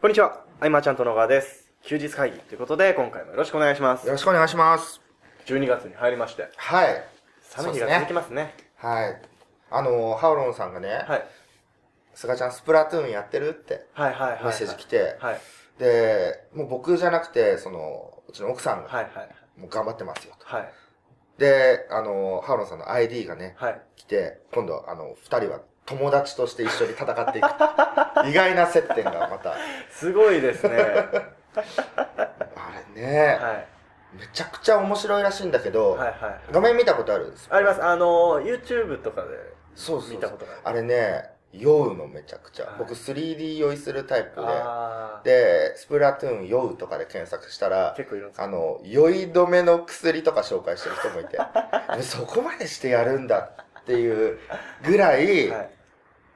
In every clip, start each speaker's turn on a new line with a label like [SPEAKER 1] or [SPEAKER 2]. [SPEAKER 1] こんにちは、アイマーちゃんと野川です。休日会議ということで、今回もよろしくお願いします
[SPEAKER 2] よ。ろしくお願いします。
[SPEAKER 1] 12月に入りまして、
[SPEAKER 2] はい。
[SPEAKER 1] 寒い日が続きますね。
[SPEAKER 2] はい。あの、ハオロンさんがね、
[SPEAKER 1] はい。
[SPEAKER 2] スガちゃんスプラトゥーンやってるって
[SPEAKER 1] はいはいはい。
[SPEAKER 2] メッセージ来て、
[SPEAKER 1] はい。
[SPEAKER 2] で、もう僕じゃなくて、その、うちの奥さんが、
[SPEAKER 1] はいはい。
[SPEAKER 2] もう頑張ってますよと。
[SPEAKER 1] はい。
[SPEAKER 2] で、あの、ハオロンさんの ID がね、
[SPEAKER 1] はい。
[SPEAKER 2] 来て、今度、あの、二人は友達として一緒に戦ってい くっていう。意外な接点がまた、
[SPEAKER 1] すごいですね。
[SPEAKER 2] あれね、
[SPEAKER 1] はい。
[SPEAKER 2] めちゃくちゃ面白いらしいんだけど、
[SPEAKER 1] はいはい。
[SPEAKER 2] 画面見たことあるんです
[SPEAKER 1] あります。あの、YouTube とかで
[SPEAKER 2] そうそうそう
[SPEAKER 1] 見たことがある。
[SPEAKER 2] あれね、酔うのめちゃくちゃ。
[SPEAKER 1] はい
[SPEAKER 2] 僕 3D 酔いするタイプ
[SPEAKER 1] あ
[SPEAKER 2] で、で、スプラトゥーン酔うとかで検索した
[SPEAKER 1] ー
[SPEAKER 2] ら、
[SPEAKER 1] 結構いるんです
[SPEAKER 2] あ
[SPEAKER 1] か
[SPEAKER 2] の、酔い止めの薬とか紹介してる人もい て、えそこまでしてやるんだっていうぐらい
[SPEAKER 1] はい。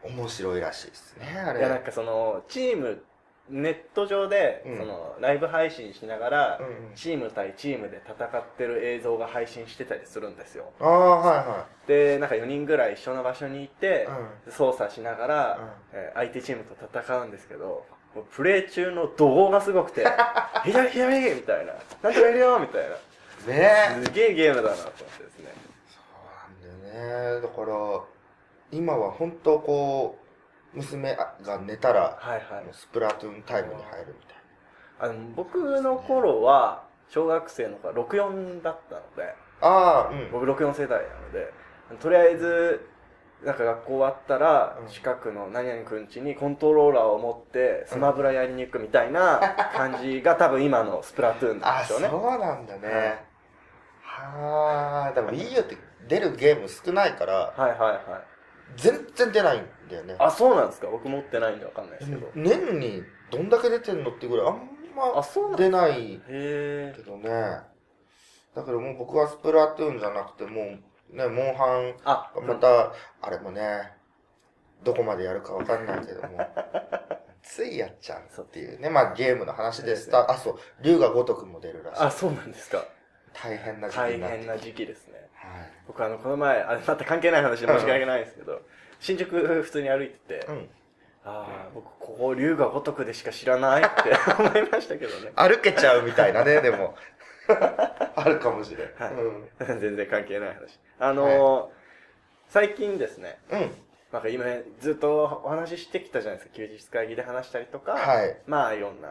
[SPEAKER 2] 面白いらしいですね、あ
[SPEAKER 1] いや、なん
[SPEAKER 2] れ。
[SPEAKER 1] かその、チーム、ネット上で、
[SPEAKER 2] うん
[SPEAKER 1] その、ライブ配信しながら、
[SPEAKER 2] うんうん
[SPEAKER 1] チーム対チームで戦ってる映像が配信してたりするんですよ。
[SPEAKER 2] ああ、はいは
[SPEAKER 1] で、なんか4人ぐらい一緒の場所にいて、操作しながら、えー相手チームと戦うんですけど、もうプレイ中の怒号がすごくて、左左みたいな、なんとかいるよみたいな、
[SPEAKER 2] い。うん。ねえ。
[SPEAKER 1] すげえゲームだなと思ってですね。
[SPEAKER 2] そうなんだよね。だから、今は本当こう、娘が寝たら、
[SPEAKER 1] はいはい。
[SPEAKER 2] スプラトゥーンタイムに入るみた
[SPEAKER 1] あ
[SPEAKER 2] いな。
[SPEAKER 1] の僕の頃は、小学生の頃は64だったので、
[SPEAKER 2] ああ、うん。
[SPEAKER 1] 僕64世代なので、とりあえず、なんか学校終わったら
[SPEAKER 2] う、ん
[SPEAKER 1] 近くの何々くん家にコントローラーを持って、スマブラやりに行くみたいな 感じが多分今のスプラトゥーンなん
[SPEAKER 2] あ、
[SPEAKER 1] でし
[SPEAKER 2] そ
[SPEAKER 1] ょ
[SPEAKER 2] う
[SPEAKER 1] うね。
[SPEAKER 2] なんだね。はあ、でも EU って出るゲーム少ないから、
[SPEAKER 1] はいはいはい。
[SPEAKER 2] 全然出ないんだよね。
[SPEAKER 1] あ、そうなんですか僕持ってないんでわかんないですけど。
[SPEAKER 2] 年にどんだけ出てんのってぐらい、あん
[SPEAKER 1] あ、
[SPEAKER 2] ま
[SPEAKER 1] そうなん
[SPEAKER 2] 出ない
[SPEAKER 1] へ
[SPEAKER 2] け
[SPEAKER 1] え。
[SPEAKER 2] どね。だけどもう僕はスプラトゥーンじゃなくて、もうね、モンハ
[SPEAKER 1] あ、
[SPEAKER 2] ン、また、あれもね、どこまでやるかわかんないけ ども、ついやっちゃうっていうね、まあゲームの話でした。あ、そう、竜が如くも出るらしい
[SPEAKER 1] あ、。そうなんですか。
[SPEAKER 2] 大変な時期
[SPEAKER 1] 大
[SPEAKER 2] になってき
[SPEAKER 1] 変
[SPEAKER 2] て。
[SPEAKER 1] な時期ですね。
[SPEAKER 2] はい。
[SPEAKER 1] 僕あの、この前、あ、また関係ない話で申し訳ないんですけど、新宿普通に歩いてて、
[SPEAKER 2] うん。
[SPEAKER 1] ああ、僕ここ龍が如くでしか知らないって 思いましたけどね。
[SPEAKER 2] 歩けちゃうみたいなね、でも。あるかもしれん。
[SPEAKER 1] はい
[SPEAKER 2] うん。
[SPEAKER 1] 全然関係ない話。あのー最近ですね、
[SPEAKER 2] うん。
[SPEAKER 1] なんか今ずっとお話ししてきたじゃないですか。休日会議で話したりとか、
[SPEAKER 2] はい。
[SPEAKER 1] まあいろんな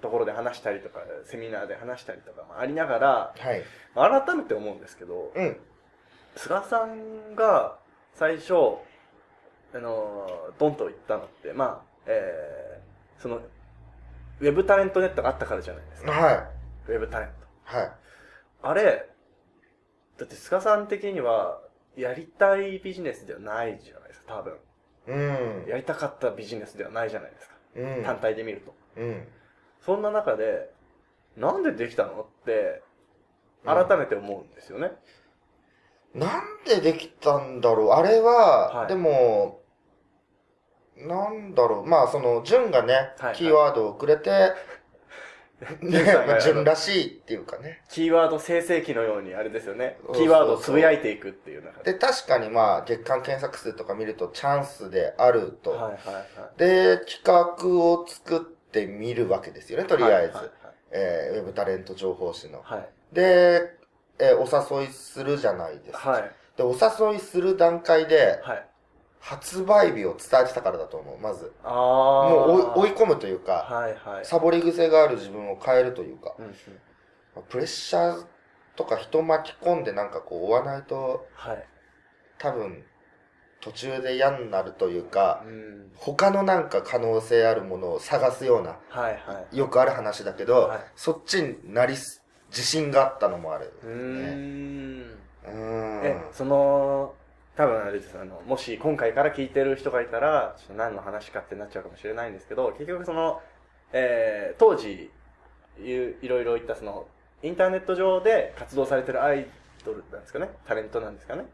[SPEAKER 1] ところで話したりとか、セミナーで話したりとかもありながら、
[SPEAKER 2] はい。
[SPEAKER 1] 改めて思うんですけど、
[SPEAKER 2] うん。
[SPEAKER 1] 菅さんが最初、あのー、ドンと言ったのって、まあ、えー、その、ウェブタレントネットがあったからじゃないですか。
[SPEAKER 2] は
[SPEAKER 1] ウェブタレン
[SPEAKER 2] い。はい。
[SPEAKER 1] ト。あれ、だって菅さん的には、やりたいビジネスではないじゃないですか、多分。
[SPEAKER 2] うん。
[SPEAKER 1] やりたかったビジネスではないじゃないですか。
[SPEAKER 2] うん。
[SPEAKER 1] 単体で見ると。
[SPEAKER 2] うん。
[SPEAKER 1] そんな中で、なんでできたのって、
[SPEAKER 2] うん
[SPEAKER 1] 改めて思うんですよね。
[SPEAKER 2] なんでできたんだろうあれは、
[SPEAKER 1] はい
[SPEAKER 2] でも、なんだろうまあ、その、純がね、
[SPEAKER 1] はい
[SPEAKER 2] キーワードをく れて、ね、
[SPEAKER 1] 潤さんが
[SPEAKER 2] まあ、純らしいっていうかね。
[SPEAKER 1] キーワード生成器のように、あれですよね
[SPEAKER 2] そう。そうそう
[SPEAKER 1] キーワードをつぶやいていくっていう中で。
[SPEAKER 2] で、確かにまあ、月間検索数とか見るとチャンスであると。
[SPEAKER 1] はいはいはい。
[SPEAKER 2] で、企画を作ってみるわけですよね、とりあえず。
[SPEAKER 1] はい
[SPEAKER 2] えーウェブタレント情報誌の。
[SPEAKER 1] はい
[SPEAKER 2] で、えーお誘いするじゃないですか。
[SPEAKER 1] はい。はい。
[SPEAKER 2] で、お誘いする段階で、
[SPEAKER 1] はい。
[SPEAKER 2] 発売日を伝えてたからだと思う、まず。
[SPEAKER 1] ああ。
[SPEAKER 2] もう追い追
[SPEAKER 1] い。
[SPEAKER 2] い込むというか、
[SPEAKER 1] はいはい。
[SPEAKER 2] サボり癖がある自分を変えるというか、
[SPEAKER 1] うんうん
[SPEAKER 2] まあプレッシャーとか人巻き込んでなんかこう追わないと、
[SPEAKER 1] はい。
[SPEAKER 2] 多分、途中で嫌になるというか、
[SPEAKER 1] うん。
[SPEAKER 2] 他のなんか可能性あるものを探すような、
[SPEAKER 1] はいはい。
[SPEAKER 2] よくある話だけど、
[SPEAKER 1] はい
[SPEAKER 2] そっちになりす、自信があったのもある。
[SPEAKER 1] うーん。
[SPEAKER 2] うーん
[SPEAKER 1] え、その、多分あれです、あの、もし今回から聞いてる人がいたら、ちょっと何の話かってなっちゃうかもしれないんですけど、結局その、えー当時、いういろいろ言ったその、インターネット上で活動されてるアイドルなんですかねタレントなんですかね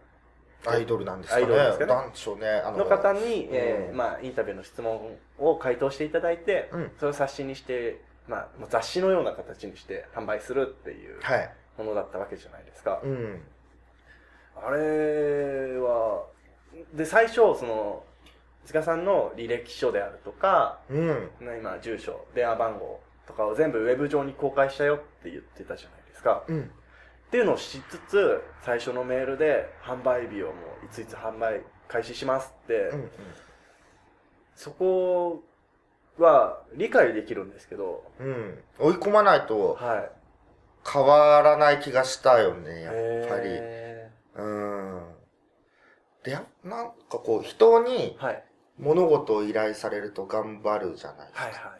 [SPEAKER 2] アイドルなんですかね。
[SPEAKER 1] アイドルですかね
[SPEAKER 2] なんでしょうね。あの
[SPEAKER 1] の方に、えー
[SPEAKER 2] うん
[SPEAKER 1] まあ、インタビューの質問を回答していただいて、
[SPEAKER 2] うん
[SPEAKER 1] それを冊子にして、まあ、もう雑誌のような形にして販売するっていう
[SPEAKER 2] はい。
[SPEAKER 1] ものだったわけじゃないですか。
[SPEAKER 2] うん。
[SPEAKER 1] あれは、で、最初、その、塚さんの履歴書であるとか、
[SPEAKER 2] うん。
[SPEAKER 1] 今、住所、電話番号とかを全部ウェブ上に公開したよって言ってたじゃないですか。
[SPEAKER 2] うん。
[SPEAKER 1] っていうのをしつつ、最初のメールで、販売日をもう、いついつ販売開始しますって、
[SPEAKER 2] うん。
[SPEAKER 1] そこは理解できるんですけど、
[SPEAKER 2] うん。追い込まないと
[SPEAKER 1] はい。
[SPEAKER 2] 変わらない気がしたよね、やっぱり。
[SPEAKER 1] へ
[SPEAKER 2] うん。で、やなんかこう、人に
[SPEAKER 1] ーはい。
[SPEAKER 2] 物事を依頼されると頑張るじゃないですか。
[SPEAKER 1] はい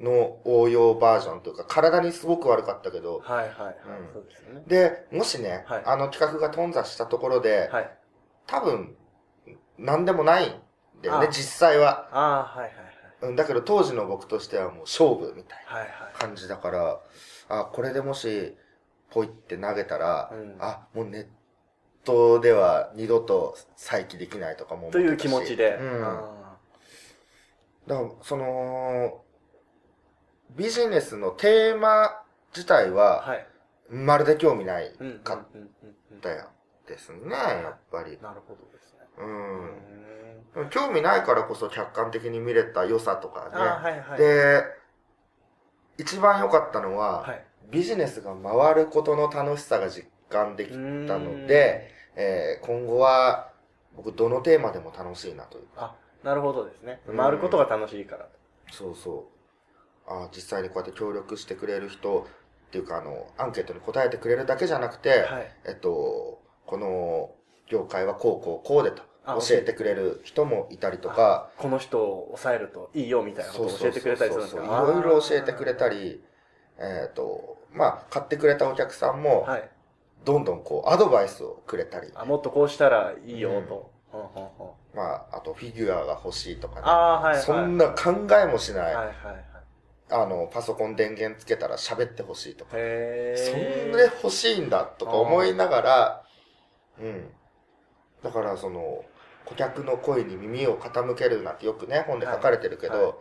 [SPEAKER 2] の応用バージョンというか、体にすごく悪かったけど、
[SPEAKER 1] はいはい。はいはいはい。
[SPEAKER 2] うん
[SPEAKER 1] そうですよね。
[SPEAKER 2] で、もしね、
[SPEAKER 1] はい
[SPEAKER 2] あの企画が頓挫したところで、
[SPEAKER 1] はい。
[SPEAKER 2] 多分、なんでもないんだよね
[SPEAKER 1] あ、
[SPEAKER 2] 実際は。
[SPEAKER 1] ああ、はいはい
[SPEAKER 2] うんだけど当時の僕としてはもう勝負みたい
[SPEAKER 1] はい。はい
[SPEAKER 2] な感じだから、あ、これでもし、ポイって投げたら、
[SPEAKER 1] うん
[SPEAKER 2] あ、もうネットでは二度と再起できないとかも思
[SPEAKER 1] はい。と
[SPEAKER 2] っ
[SPEAKER 1] いう気
[SPEAKER 2] てたし
[SPEAKER 1] 持ちで。
[SPEAKER 2] うん
[SPEAKER 1] あ
[SPEAKER 2] だから、その、ビジネスのテーマ自体
[SPEAKER 1] ー
[SPEAKER 2] は、
[SPEAKER 1] はい。
[SPEAKER 2] まるで興味ない
[SPEAKER 1] うん。
[SPEAKER 2] か
[SPEAKER 1] うんうんうんうん
[SPEAKER 2] ったよですね、やっぱり。
[SPEAKER 1] なるほどですね。
[SPEAKER 2] う。
[SPEAKER 1] うんん。
[SPEAKER 2] でも興味ないからこそ客観的に見れた良さとかね。
[SPEAKER 1] ああ、はいはい。
[SPEAKER 2] で、一番良かったのは、
[SPEAKER 1] はい。
[SPEAKER 2] ビジネスが回ることの楽しさが実感できたので、えー今後は僕どのテーマでも楽しいなという。
[SPEAKER 1] あ、なるほどですね
[SPEAKER 2] う。ん
[SPEAKER 1] 回ることが楽しいからと。
[SPEAKER 2] そうそう。あー実際にこうやって協力してくれる人っていうか、あの、アンケートに答えてくれるだけじゃなくて、
[SPEAKER 1] はい。
[SPEAKER 2] えっと、この業界はこうこうこうでと
[SPEAKER 1] あ
[SPEAKER 2] 教えてくれる人もいたりとか、
[SPEAKER 1] この人を抑えるといいよみたいなことを教えてくれたりするんです
[SPEAKER 2] そう
[SPEAKER 1] よ。
[SPEAKER 2] そうそうそういろいろ教えてくれたり、えっと、まあ、買ってくれたお客さん
[SPEAKER 1] あー
[SPEAKER 2] も、
[SPEAKER 1] はい。
[SPEAKER 2] どんどんこう、アドバイスをくれたり、
[SPEAKER 1] あ、もっとこうしたらいいよと。ほんほんほん
[SPEAKER 2] まあ、あとフィギュアが欲しいと
[SPEAKER 1] あ
[SPEAKER 2] か
[SPEAKER 1] あ、はい
[SPEAKER 2] ね、
[SPEAKER 1] はい。
[SPEAKER 2] そん
[SPEAKER 1] な。
[SPEAKER 2] な考えもしない、
[SPEAKER 1] はいはいはい。
[SPEAKER 2] あの、パソコン電源つけたら喋ってほしいとか、
[SPEAKER 1] へ
[SPEAKER 2] そ
[SPEAKER 1] え。
[SPEAKER 2] んな欲しいんだとか思いながら、うん。だから、その、顧客の声に耳を傾けるなんてよくね、本で書かれてるけど、
[SPEAKER 1] はいはい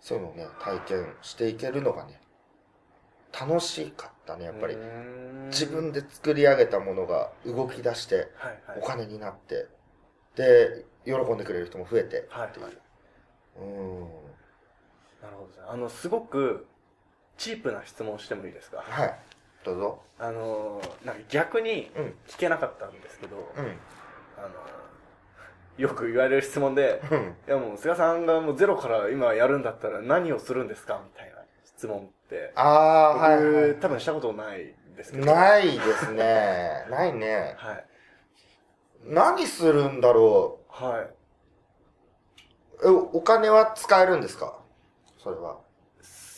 [SPEAKER 2] そういうのをね、体験していけるのがね、楽しかったね、やっぱり。
[SPEAKER 1] うーん
[SPEAKER 2] 自分で作り上げたものが動き出して、
[SPEAKER 1] はいはい
[SPEAKER 2] お金になって、で、喜んでくれる人も増えて、
[SPEAKER 1] はいはい
[SPEAKER 2] っていう。うん。
[SPEAKER 1] なるほどですねあのすごくチープな質問してもいいですか
[SPEAKER 2] はい。どうぞ。
[SPEAKER 1] あのなんか逆に
[SPEAKER 2] うん。
[SPEAKER 1] 聞けなかったんですけど、
[SPEAKER 2] うん。
[SPEAKER 1] あのよく言われる質問で
[SPEAKER 2] うん。
[SPEAKER 1] 「いやもう菅さんがもうゼロから今やるんだったら何をするんですか?」みたいな質問って
[SPEAKER 2] ああ、
[SPEAKER 1] 僕、
[SPEAKER 2] はい、はい。
[SPEAKER 1] 多分したことないんですけどい、
[SPEAKER 2] ないですね。 ないね。
[SPEAKER 1] はい
[SPEAKER 2] 何するんだろ
[SPEAKER 1] はい、
[SPEAKER 2] う。え、お金は使えるんですかそれは。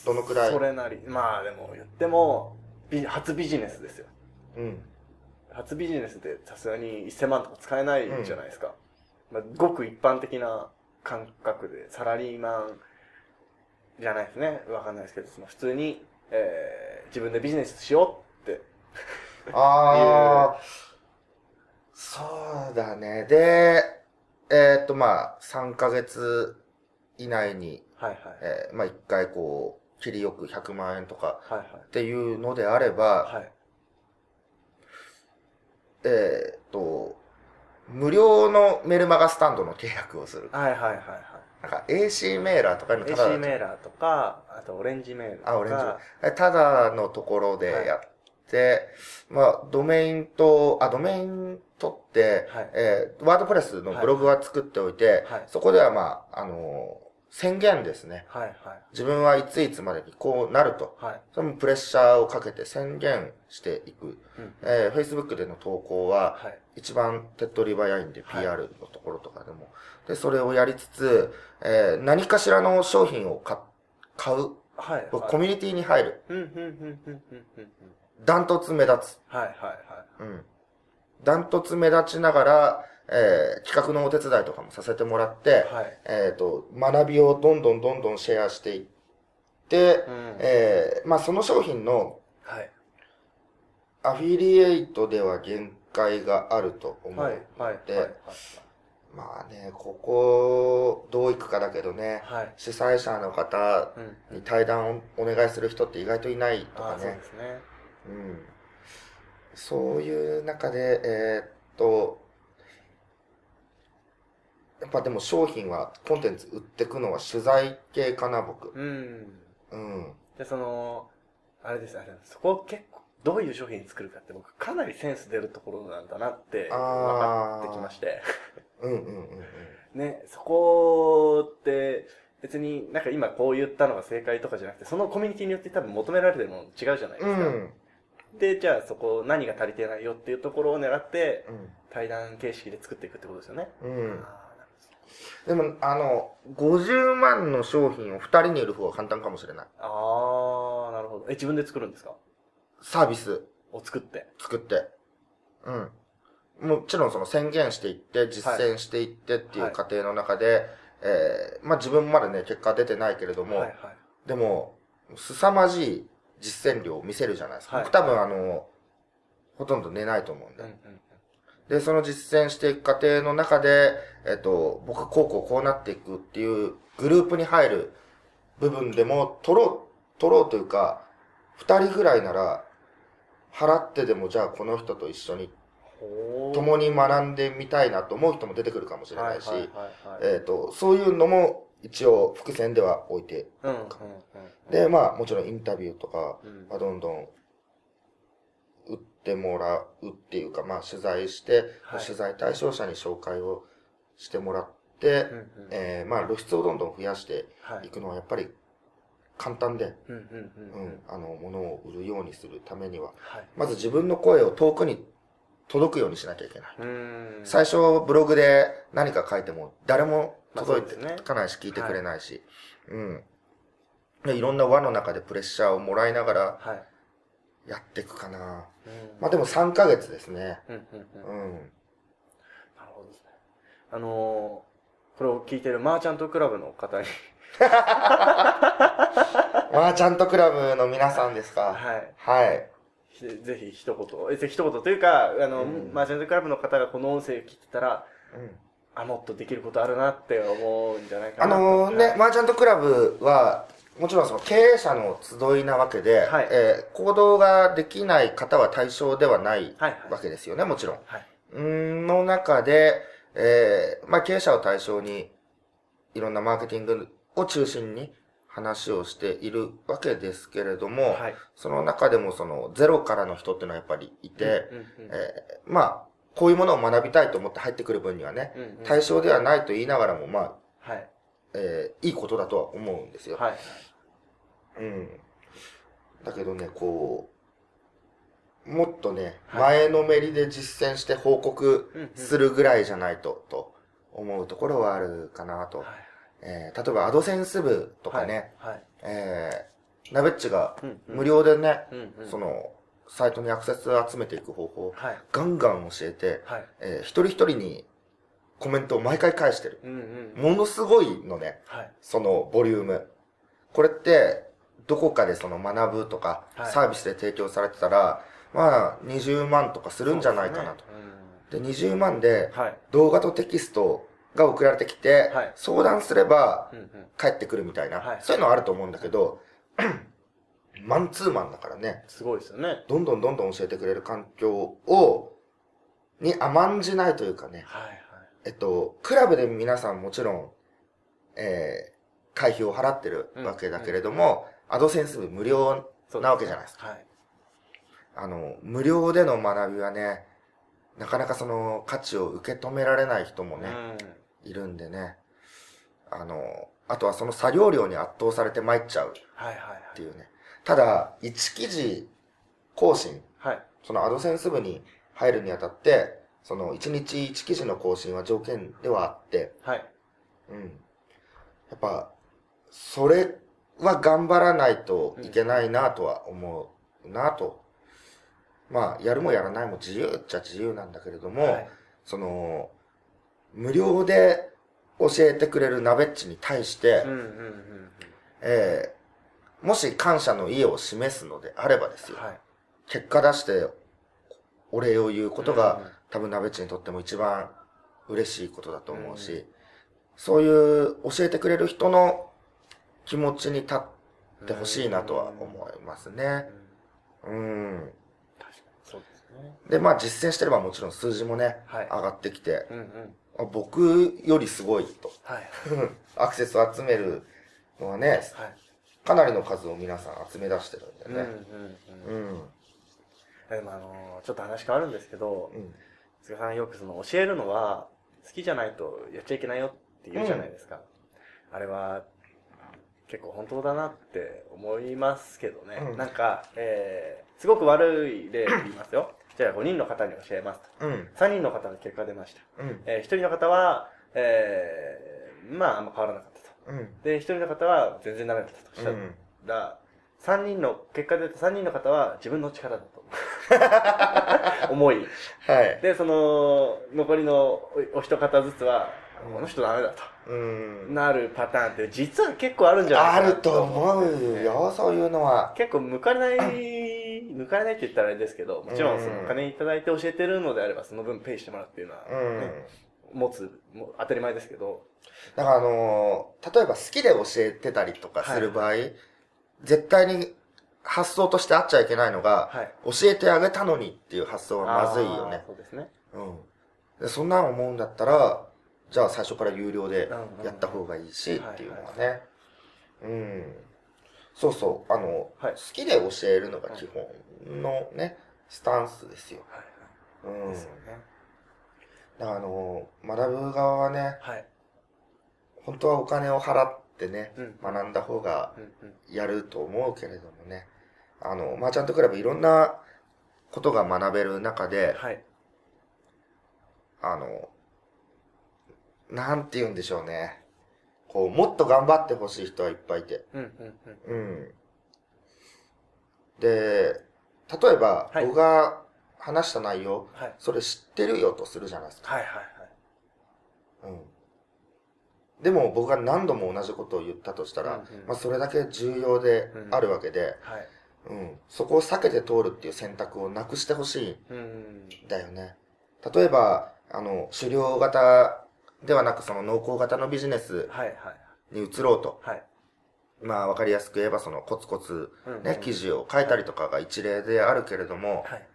[SPEAKER 2] どのくらい
[SPEAKER 1] それなりまあでも言ってもビ初ビジネスですよ
[SPEAKER 2] うん。
[SPEAKER 1] 初ビジネスでさすがに1000万とか使えないじゃないですか、まあ、ごく一般的な感覚でサラリーマンじゃないですねわかんないですけどその普通に、えー自分でビジネスしようって
[SPEAKER 2] ああ、そうだね。で、えーっと、まあ、3ヶ月以内に、
[SPEAKER 1] はいはい
[SPEAKER 2] えーまあ、1回こう、切りよく100万円とか
[SPEAKER 1] はい
[SPEAKER 2] っていうのであれば、
[SPEAKER 1] はいはい
[SPEAKER 2] えーっと、無料のメルマガスタンドの契約をする。
[SPEAKER 1] はいはいはいはい
[SPEAKER 2] なんか AC メーラーとかいうのただだと
[SPEAKER 1] AC メーラーとかあとオレンジメールとか
[SPEAKER 2] あ、オレンジ。ただのところでやって、まあ、ドメインと、あ、ドメイン取って、
[SPEAKER 1] はい
[SPEAKER 2] えーワードプレスのブログは作っておいて、
[SPEAKER 1] はい
[SPEAKER 2] そこではまあ、あのー宣言ですね。
[SPEAKER 1] はいはい
[SPEAKER 2] 自分はいついつまでにこうなると。
[SPEAKER 1] はい
[SPEAKER 2] それもプレッシャーをかけて宣言していく。
[SPEAKER 1] うん
[SPEAKER 2] えー Facebook での投稿は、
[SPEAKER 1] はい
[SPEAKER 2] 一番手っ取り早いんで、
[SPEAKER 1] はい
[SPEAKER 2] PR のところとかでも。で、それをやりつつ、えー何かしらの商品を買買う。
[SPEAKER 1] はい
[SPEAKER 2] 僕コミュニティに入る。
[SPEAKER 1] うんうんうんうんうんうんうん
[SPEAKER 2] ダントツ目立つ。
[SPEAKER 1] はいはいは
[SPEAKER 2] うん。ダントツ目立ちながら、えー企画のお手伝いとかもさせてもらって、
[SPEAKER 1] いはい
[SPEAKER 2] えっ、と、学びをどんどんどんどんシェアしていって、
[SPEAKER 1] うん
[SPEAKER 2] えーまあその商品の
[SPEAKER 1] はい
[SPEAKER 2] アフィリエイトでは限界があると思う
[SPEAKER 1] はいはい
[SPEAKER 2] ので、
[SPEAKER 1] はい
[SPEAKER 2] まあね、ここ、どういくかだけどね、
[SPEAKER 1] はい
[SPEAKER 2] 主催者の方
[SPEAKER 1] うん
[SPEAKER 2] に対談をお願いする人って意外といないと
[SPEAKER 1] あ
[SPEAKER 2] か
[SPEAKER 1] あそう
[SPEAKER 2] ね
[SPEAKER 1] で。すね
[SPEAKER 2] うんそういう中で、えーっと、やっぱでも商品は、コンテンツ売ってくのは取材系かな、僕。
[SPEAKER 1] うん。
[SPEAKER 2] うん。
[SPEAKER 1] で、その、あれです、あれそこ結構、どういう商品作るかって僕、かなりセンス出るところなんだなって、分
[SPEAKER 2] あー
[SPEAKER 1] かってきまして。
[SPEAKER 2] うんうんうんうん。
[SPEAKER 1] ね、そこって、別になんか今こう言ったのが正解とかじゃなくて、そのコミュニティによって多分求められてるもの違うじゃないですか。
[SPEAKER 2] うん。
[SPEAKER 1] で、じゃあそこ何が足りてないよっていうところを狙って、
[SPEAKER 2] うん。
[SPEAKER 1] 対談形式で作っていくってことですよね。
[SPEAKER 2] うん。
[SPEAKER 1] あーなる
[SPEAKER 2] でも、あの、50万の商品を2人に売る方が簡単かもしれない。
[SPEAKER 1] あーなるほど。え、自分で作るんですか
[SPEAKER 2] サービス
[SPEAKER 1] を作って。
[SPEAKER 2] 作って。うん。もちろんその宣言していって、実践していってってい
[SPEAKER 1] は
[SPEAKER 2] う
[SPEAKER 1] い
[SPEAKER 2] 過程の中で、えーまあ自分までね、結果出てないけれども、
[SPEAKER 1] はいはい。
[SPEAKER 2] でも、凄まじい実践量を見せるじゃないですか。
[SPEAKER 1] はい
[SPEAKER 2] 僕多分あの、ほとんど寝ないと思うんで。
[SPEAKER 1] うんうん
[SPEAKER 2] で、その実践していく過程の中で、えっと、僕こうこうこうなっていくっていうグループに入る部分でも、取ろう、取ろうというか、二人ぐらいなら、払ってでもじゃあこの人と一緒に、
[SPEAKER 1] うん。ほー
[SPEAKER 2] 共に学んでみたいなと思う人も出てくるかもしれないし、
[SPEAKER 1] はいはいはいはい
[SPEAKER 2] えっと、そういうのも一応伏線では置いて、
[SPEAKER 1] うんうん
[SPEAKER 2] で、まあもちろんインタビューとか、
[SPEAKER 1] うんうん
[SPEAKER 2] まあ、どんどん売ってもらうっていうか、まあ、取材して、
[SPEAKER 1] はい
[SPEAKER 2] 取材対象者に紹介をしてもらって、
[SPEAKER 1] うんうん
[SPEAKER 2] えーまあ、露出をどんどん増やして
[SPEAKER 1] はいい
[SPEAKER 2] くのはやっぱり簡単で、
[SPEAKER 1] うんうん
[SPEAKER 2] う
[SPEAKER 1] うんんうん
[SPEAKER 2] あの物を売るようにするためには
[SPEAKER 1] はい
[SPEAKER 2] まず自分の声を遠くに届くようにしなきゃいけない。
[SPEAKER 1] うーん
[SPEAKER 2] 最初ブログで何か書いても誰も届い
[SPEAKER 1] まあそうです
[SPEAKER 2] て
[SPEAKER 1] ね
[SPEAKER 2] かないし聞いてくれないし、うんでいろんな輪の中でプレッシャーをもらいながら
[SPEAKER 1] はい
[SPEAKER 2] やっていくかな。
[SPEAKER 1] うん
[SPEAKER 2] まあでも3ヶ月ですね。
[SPEAKER 1] うんうんうん
[SPEAKER 2] う
[SPEAKER 1] なる
[SPEAKER 2] ん。
[SPEAKER 1] ほどですねあのーこれを聞いてるマーチャントクラブの方に
[SPEAKER 2] マーチャントクラブの皆さんですか。
[SPEAKER 1] はい
[SPEAKER 2] はい。
[SPEAKER 1] ひぜひ一言えぜひ一言というかあの、
[SPEAKER 2] うん
[SPEAKER 1] マーチャントクラブの方がこの音声を聞いてたらあもっとできることあるなって思うんじゃないか
[SPEAKER 2] あ
[SPEAKER 1] な
[SPEAKER 2] のー
[SPEAKER 1] は
[SPEAKER 2] ね
[SPEAKER 1] い、
[SPEAKER 2] マーチャントクラブは、もちろんその経営者の集いなわけで、
[SPEAKER 1] はい
[SPEAKER 2] えー行動ができない方は対象ではない
[SPEAKER 1] はいは
[SPEAKER 2] わ
[SPEAKER 1] い
[SPEAKER 2] けですよね、もちろん。
[SPEAKER 1] はい、
[SPEAKER 2] うーんの中で、えーまあ経営者を対象に、いろんなマーケティングを中心に話をしているわけですけれども、
[SPEAKER 1] はい
[SPEAKER 2] その中でもそのゼロからの人っていうのはやっぱりいて、
[SPEAKER 1] うんうんうん
[SPEAKER 2] えーまあ、こういうものを学びたいと思って入ってくる分にはね、
[SPEAKER 1] うんうん
[SPEAKER 2] 対象ではないと言いながらも、まあ、
[SPEAKER 1] はい
[SPEAKER 2] えーいいことだとは思うんですよ。
[SPEAKER 1] はい
[SPEAKER 2] うん。だけどね、こう、もっとね、
[SPEAKER 1] は
[SPEAKER 2] 前のめりで実践して報告
[SPEAKER 1] うんうん
[SPEAKER 2] するぐらいじゃないと、と思うところはあるかなと。
[SPEAKER 1] はい
[SPEAKER 2] えー例えば、アドセンス部とかね、
[SPEAKER 1] はいはい
[SPEAKER 2] えー、ナベッチが
[SPEAKER 1] うんうん
[SPEAKER 2] 無料でね、
[SPEAKER 1] うんうん
[SPEAKER 2] その、サイトにアクセスを集めていく方法を
[SPEAKER 1] はい
[SPEAKER 2] ガンガン教えて、
[SPEAKER 1] はい
[SPEAKER 2] えー一人一人にコメントを毎回返してる。
[SPEAKER 1] うんうん
[SPEAKER 2] ものすごいのね、
[SPEAKER 1] はい
[SPEAKER 2] そのボリューム。これって、どこかでその学ぶとか、
[SPEAKER 1] はい
[SPEAKER 2] サービスで提供されてたら、まあ、20万とかするんじゃないかなと
[SPEAKER 1] そ。うですね
[SPEAKER 2] で20万で
[SPEAKER 1] うんはい
[SPEAKER 2] 動画とテキストが送られてきて、
[SPEAKER 1] はい
[SPEAKER 2] 相談すれば
[SPEAKER 1] うんうん
[SPEAKER 2] 帰ってくるみたいな、
[SPEAKER 1] はい
[SPEAKER 2] そういうのはあると思うんだけど、 マンツーマンだからね、
[SPEAKER 1] すごいですよね
[SPEAKER 2] どんどんどんどん教えてくれる環境を、に甘んじないというかね、
[SPEAKER 1] はいはい
[SPEAKER 2] えっと、クラブで皆さんもちろん、えー、会費を払ってるわけだけれども、アドセンス部無料、
[SPEAKER 1] そうですね
[SPEAKER 2] なわけじゃないです
[SPEAKER 1] はい
[SPEAKER 2] あの、無料での学びはね、なかなかその価値を受け止められない人もね、いるんでね、あの、あとはその作業量に圧倒されて参っちゃうっ
[SPEAKER 1] はいはいは
[SPEAKER 2] ていうね。ただ、1記事更新、
[SPEAKER 1] いはい
[SPEAKER 2] そのアドセンス部に入るにあたって、その1日1記事の更新は条件ではあって、
[SPEAKER 1] はい
[SPEAKER 2] うん。やっぱ、それは頑張らないといけないなとは思うなと。まあ、やるもやらないも自由っちゃ自由なんだけれども、
[SPEAKER 1] はい
[SPEAKER 2] その、無料で教えてくれるナベッチに対して、
[SPEAKER 1] うんうんうん
[SPEAKER 2] えーもし感謝の意を示すのであればです
[SPEAKER 1] うん
[SPEAKER 2] よ、
[SPEAKER 1] はい
[SPEAKER 2] 結果出してお礼を言うことが、
[SPEAKER 1] うんうん
[SPEAKER 2] 多分ナベッチにとっても一番嬉しいことだと思うし、
[SPEAKER 1] うん
[SPEAKER 2] そういう教えてくれる人の気持ちに立ってほしいなとは思いますね
[SPEAKER 1] う。ん
[SPEAKER 2] うん。
[SPEAKER 1] 確かにそうですね
[SPEAKER 2] で、まあ実践してればもちろん数字もね、
[SPEAKER 1] はい
[SPEAKER 2] 上がってきて、
[SPEAKER 1] うんうん
[SPEAKER 2] ああ僕よりすごいと。
[SPEAKER 1] はい。
[SPEAKER 2] アクセスを集めるのはね、
[SPEAKER 1] はい。
[SPEAKER 2] かなりの数を皆さん集め出してる
[SPEAKER 1] うんん
[SPEAKER 2] だ
[SPEAKER 1] うん
[SPEAKER 2] よね。
[SPEAKER 1] う。
[SPEAKER 2] うんん。
[SPEAKER 1] でもあのーちょっと話変わるんですけど、
[SPEAKER 2] うん。
[SPEAKER 1] 菅さんよくその教えるのは好きじゃないとやっちゃいけないよって言うじゃないですか、あれは結構本当だなって思いますけどね、
[SPEAKER 2] うん
[SPEAKER 1] なんか、えーすごく悪い例言います よじゃあ5人の方に教えます
[SPEAKER 2] うん。
[SPEAKER 1] と3人の方の結果が出ました、
[SPEAKER 2] うん。
[SPEAKER 1] え1人の方は、えーまああんま変わらなかったと
[SPEAKER 2] うん。
[SPEAKER 1] で1人の方は全然ダメだったとした
[SPEAKER 2] うん
[SPEAKER 1] ら、3人の結果で3人の方は自分の力だと 思う思い
[SPEAKER 2] はい。
[SPEAKER 1] でその残りのおお一方ずつは、
[SPEAKER 2] うん
[SPEAKER 1] この人ダメだ
[SPEAKER 2] うん
[SPEAKER 1] と。なるパターンって実は結構あるんじゃない
[SPEAKER 2] あ
[SPEAKER 1] かな
[SPEAKER 2] ると思うよ、そういうのは。
[SPEAKER 1] 結構抜かれない抜かれないって言ったらあれですけどもちろんその
[SPEAKER 2] うん
[SPEAKER 1] お金いただいて教えてるのであればその分ペイしてもらうっていうのは、
[SPEAKER 2] う
[SPEAKER 1] ね
[SPEAKER 2] ん。
[SPEAKER 1] 持つもう当たり前ですけど
[SPEAKER 2] だからあのー例えば好きで教えてたりとかする場合、絶対に発想としてあっちゃいけないのが、
[SPEAKER 1] はい
[SPEAKER 2] 教えてあげたのにっていう発想はまずいよ
[SPEAKER 1] あ
[SPEAKER 2] ね
[SPEAKER 1] ー。そうですね
[SPEAKER 2] うんで。そんなの思うんだったら、じゃあ最初から有料でやった方がいいし、
[SPEAKER 1] うんうんうん
[SPEAKER 2] っていうのはね。うん。そうそう。あの、
[SPEAKER 1] はい
[SPEAKER 2] 好きで教えるのが基本のね、スタンスですよ。
[SPEAKER 1] はいはい、
[SPEAKER 2] うん。
[SPEAKER 1] ですよね
[SPEAKER 2] だからあの、学ぶ側はね、
[SPEAKER 1] はい
[SPEAKER 2] 本当はお金を払ってね、
[SPEAKER 1] うん
[SPEAKER 2] 学んだ方が
[SPEAKER 1] うんうん
[SPEAKER 2] やると思うけれどもね、あの、マーチャントクラブいろんなことが学べる中で、
[SPEAKER 1] はい
[SPEAKER 2] あの、なんて言うんでしょうね。こう、もっと頑張ってほしい人はいっぱいいて。
[SPEAKER 1] うんうんうん
[SPEAKER 2] うん。で、例えば、
[SPEAKER 1] はい
[SPEAKER 2] 僕が話した内容、
[SPEAKER 1] はい
[SPEAKER 2] それ知ってるよとするじゃないですか。
[SPEAKER 1] はいはいはい
[SPEAKER 2] うん。でも僕が何度も同じことを言ったとしたら、
[SPEAKER 1] うんうん
[SPEAKER 2] まあそれだけ重要であるわけで、
[SPEAKER 1] はい
[SPEAKER 2] うん。そこを避けて通るっていう選択をなくしてほしい
[SPEAKER 1] うん
[SPEAKER 2] だよね。例えば、あの、狩猟型ではなく、その農耕型のビジネス
[SPEAKER 1] はいはい
[SPEAKER 2] に移ろうと。
[SPEAKER 1] はい
[SPEAKER 2] まあ、わかりやすく言えば、そのコツコツ
[SPEAKER 1] うんうん
[SPEAKER 2] ね、記事を書いたりとかが一例であるけれども、
[SPEAKER 1] はい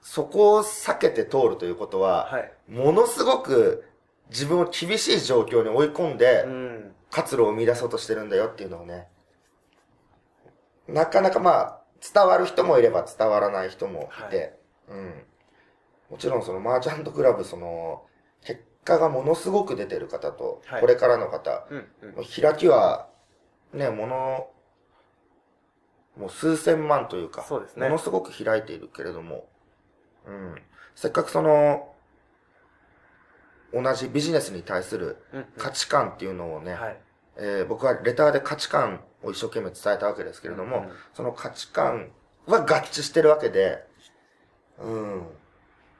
[SPEAKER 2] そこを避けて通るということは、
[SPEAKER 1] はい
[SPEAKER 2] ものすごく自分を厳しい状況に追い込んで
[SPEAKER 1] う、ん
[SPEAKER 2] 活路を生み出そうとしてるんだよっていうのをね、なかなかまあ、伝わる人もいれば伝わらない人もいて、うん。もちろんそのマーチャントクラブ、その、結果がものすごく出てる方と、
[SPEAKER 1] はい
[SPEAKER 2] これからの方、
[SPEAKER 1] うんうん
[SPEAKER 2] もう開きは、ね、もの、もう数千万というか、
[SPEAKER 1] そうですね
[SPEAKER 2] ものすごく開いているけれども、うん。せっかくその、同じビジネスに対する
[SPEAKER 1] うんうん
[SPEAKER 2] 価値観っていうのをね、
[SPEAKER 1] はい
[SPEAKER 2] えー僕はレターで価値観を一生懸命伝えたわけですけれども、
[SPEAKER 1] うんうん
[SPEAKER 2] その価値観は合致してるわけで、うん。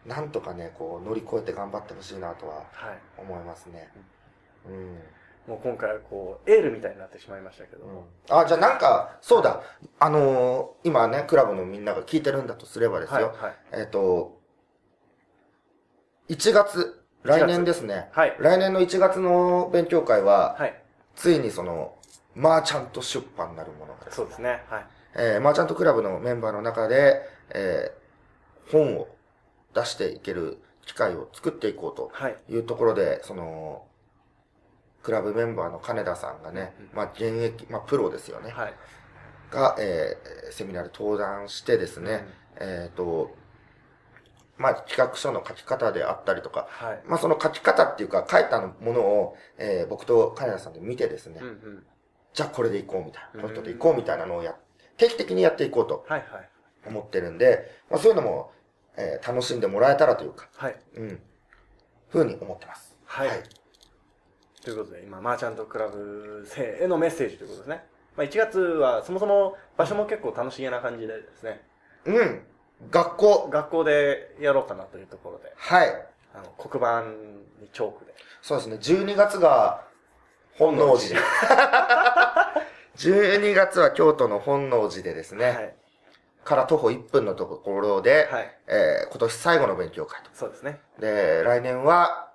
[SPEAKER 2] なんとかね、こう乗り越えて頑張ってほしいなとは
[SPEAKER 1] はい
[SPEAKER 2] 思いますね。うん。
[SPEAKER 1] もう今回はこうエールみたいになってしまいましたけど
[SPEAKER 2] う
[SPEAKER 1] も、
[SPEAKER 2] んあ、じゃあなんか、そうだ、あのー今ね、クラブのみんなが聞いてるんだとすればです
[SPEAKER 1] はい
[SPEAKER 2] よ、
[SPEAKER 1] はい
[SPEAKER 2] えっ、と、1月、来年ですね。
[SPEAKER 1] はい
[SPEAKER 2] 来年の1月の勉強会は、
[SPEAKER 1] はい
[SPEAKER 2] ついにその、マーチャント出版なるものが
[SPEAKER 1] そうですねはい
[SPEAKER 2] えーマーチャントクラブのメンバーの中で、えー本を出していける機会を作っていこうと
[SPEAKER 1] はい
[SPEAKER 2] いうところで、その、クラブメンバーの金田さんがね、
[SPEAKER 1] うんうん
[SPEAKER 2] まあ現役、まあプロですよね、
[SPEAKER 1] はい
[SPEAKER 2] が、えーセミナーで登壇してですね、えっ、と、まあ企画書の書き方であったりとか、
[SPEAKER 1] はい
[SPEAKER 2] まあその書き方っていうか書いたものを、えー僕と金田さんで見てですね、
[SPEAKER 1] うんうん
[SPEAKER 2] じゃあこれでいこうみたいな、この人でい
[SPEAKER 1] うん
[SPEAKER 2] こうみたいなのをや、定期的にやっていこうと。
[SPEAKER 1] はいはい
[SPEAKER 2] 思ってるんで、まあ、そういうのも、えー楽しんでもらえたらというか、
[SPEAKER 1] はい
[SPEAKER 2] うん、ふうに思ってます。
[SPEAKER 1] はいということで今マーチャントクラブ生へのメッセージということですねまあ1月はそもそも場所も結構楽しげな感じでですね
[SPEAKER 2] うん、学校、
[SPEAKER 1] 学校でやろうかなというところで
[SPEAKER 2] はい。
[SPEAKER 1] あの黒板にチョークで
[SPEAKER 2] そうですね、12月が本能寺で。12月は京都の本能寺でですね、
[SPEAKER 1] はい
[SPEAKER 2] から徒歩1分のところで、
[SPEAKER 1] はい
[SPEAKER 2] えー今年最後の勉強会と。
[SPEAKER 1] そうですね
[SPEAKER 2] で、来年は、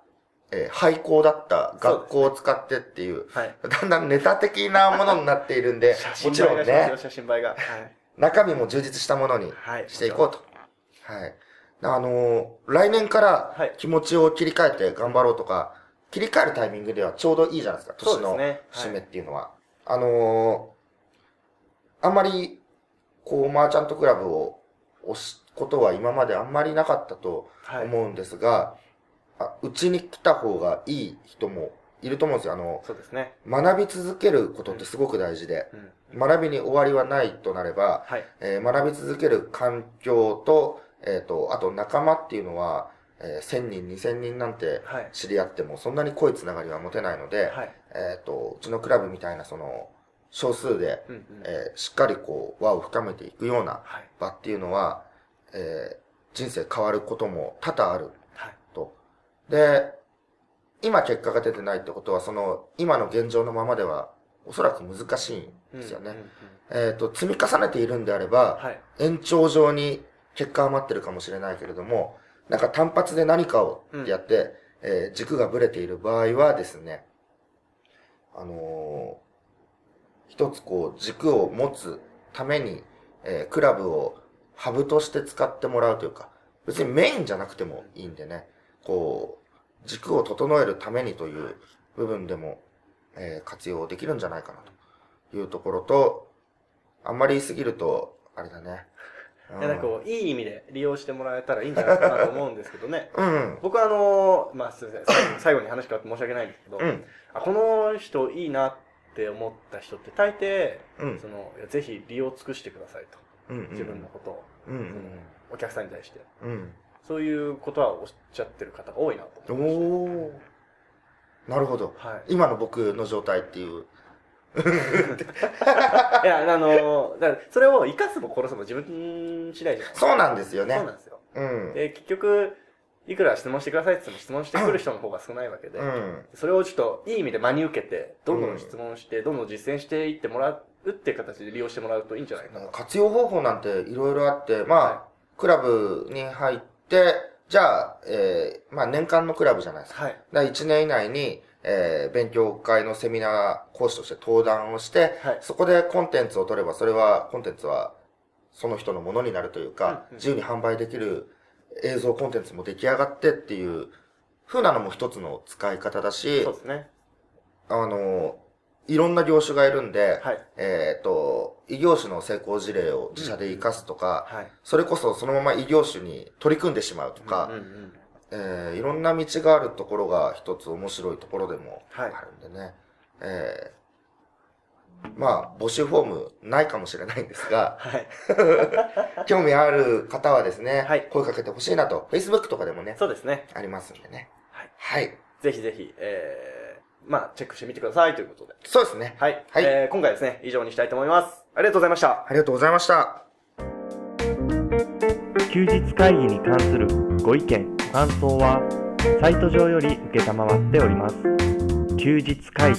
[SPEAKER 2] えー廃校だった学校を使ってっていう、
[SPEAKER 1] はい
[SPEAKER 2] だんだんネタ的なものになっているんで、もちろ
[SPEAKER 1] 写
[SPEAKER 2] ん
[SPEAKER 1] 真映えがします
[SPEAKER 2] ね
[SPEAKER 1] よ、写真映えがはい
[SPEAKER 2] 中身も充実したものに
[SPEAKER 1] はい
[SPEAKER 2] していこうと。はい。あのー来年から
[SPEAKER 1] はい
[SPEAKER 2] 気持ちを切り替えて頑張ろうとか、切り替えるタイミングではちょうどいいじゃないですか、
[SPEAKER 1] そう
[SPEAKER 2] 年
[SPEAKER 1] です
[SPEAKER 2] の
[SPEAKER 1] ね
[SPEAKER 2] 節目っていうのは。あのーあんまり、こう、マーチャントクラブを押すことは今まであんまりなかったと
[SPEAKER 1] はい。
[SPEAKER 2] 思うんですが、あうちに来た方がいい人もいると思うんですよ。あの、
[SPEAKER 1] そうですね。
[SPEAKER 2] 学び続けることってすごく大事で、
[SPEAKER 1] うん。
[SPEAKER 2] 学びに終わりはないとなれば、
[SPEAKER 1] はい。
[SPEAKER 2] えー学び続ける環境と、えっ、と、あと仲間っていうのは、えー1000人、2000人なんて
[SPEAKER 1] はい。
[SPEAKER 2] 知り合ってもそんなに濃いつながりは持てないので、
[SPEAKER 1] はい。
[SPEAKER 2] えっ、と、うちのクラブみたいなその、少数で、
[SPEAKER 1] うんうん。
[SPEAKER 2] えーしっかりこう、輪を深めていくような
[SPEAKER 1] はい。
[SPEAKER 2] 場っていうのは、えー人生変わることも多々ある
[SPEAKER 1] はい。
[SPEAKER 2] と。で、今結果が出てないってことは、その、今の現状のままでは、おそらく難しいんですよね。
[SPEAKER 1] うんうんうん
[SPEAKER 2] えっ、と、積み重ねているんであれば、
[SPEAKER 1] はい。
[SPEAKER 2] 延長上に結果は待ってるかもしれないけれども、なんか単発で何かをやって、えー軸がぶれている場合はですね、あのー一つこう軸を持つために、えークラブをハブとして使ってもらうというか、別にメインじゃなくてもいいんでね、こう、軸を整えるためにという部分でも、えー活用できるんじゃないかなというところと、あんまり言いすぎると、あれだね。
[SPEAKER 1] いやなんかこういい意味で利用してもらえたらいいんじゃないかなと思うんですけどね
[SPEAKER 2] うん、うん、
[SPEAKER 1] 僕はあのーまあすいません最後最後に話変わって申し訳ないんですけど、
[SPEAKER 2] うん、
[SPEAKER 1] あこの人いいなって思った人って大抵
[SPEAKER 2] うん
[SPEAKER 1] そ、のいやぜひ利用尽くしてくださいと
[SPEAKER 2] うん、
[SPEAKER 1] 自分のことを、
[SPEAKER 2] うん、うん、
[SPEAKER 1] お客さんに対して
[SPEAKER 2] うん、
[SPEAKER 1] そういうことはおっしゃってる方が多いな
[SPEAKER 2] う
[SPEAKER 1] と
[SPEAKER 2] ん。
[SPEAKER 1] 思いま
[SPEAKER 2] おー。なるほど。
[SPEAKER 1] したはい
[SPEAKER 2] 今の僕の状態っていう。
[SPEAKER 1] いやあのーだからそれを生かすも殺すも自分次第じゃない
[SPEAKER 2] そうなんですよね
[SPEAKER 1] そう。なんですよ
[SPEAKER 2] うん。
[SPEAKER 1] で結局いくら質問してくださいって言っても質問してくる人の方が少ないわけで、
[SPEAKER 2] うん。
[SPEAKER 1] それをちょっといい意味で真に受けて、どんどん質問して、どんどん実践していってもらうっていう形で利用してもらうといいんじゃないかな。
[SPEAKER 2] 活用方法なんていろいろあって、まあ、
[SPEAKER 1] は
[SPEAKER 2] クラブに入って、じゃあ、えーまあ年間のクラブじゃないですか。
[SPEAKER 1] はい。
[SPEAKER 2] だから1年以内に、えー勉強会のセミナー講師として登壇をして、
[SPEAKER 1] はい
[SPEAKER 2] そこでコンテンツを取れば、それは、コンテンツはその人のものになるというか、
[SPEAKER 1] うんうん
[SPEAKER 2] 自由に販売できる映像コンテンツも出来上がってっていう風なのも一つの使い方だし
[SPEAKER 1] そう、ですね。
[SPEAKER 2] あの、いろんな業種がいるんで、
[SPEAKER 1] はい。
[SPEAKER 2] えっ、と、異業種の成功事例を自社で活かすとか、
[SPEAKER 1] はい。
[SPEAKER 2] それこそそのまま異業種に取り組んでしまうとか、
[SPEAKER 1] うんうんうん
[SPEAKER 2] えーいろんな道があるところが一つ面白いところでもあ
[SPEAKER 1] はい
[SPEAKER 2] るんでね。えーまあ、募集フォームないかもしれないんです が、
[SPEAKER 1] はい。
[SPEAKER 2] 興味ある方はですね、
[SPEAKER 1] はい
[SPEAKER 2] 声かけてほしいなと、Facebook とかでもね、
[SPEAKER 1] そうですね。
[SPEAKER 2] ありますんでね。
[SPEAKER 1] はい。
[SPEAKER 2] はい。
[SPEAKER 1] ぜひぜひ、えー、まあ、チェックしてみてくださいということで。
[SPEAKER 2] そうですね。
[SPEAKER 1] はい。
[SPEAKER 2] はい
[SPEAKER 1] えー今回はですね、以上にしたいと思います。ありがとうございました。
[SPEAKER 2] ありがとうございました。
[SPEAKER 3] 休日会議に関するご意見ご感想はサイト上より承っております休日会議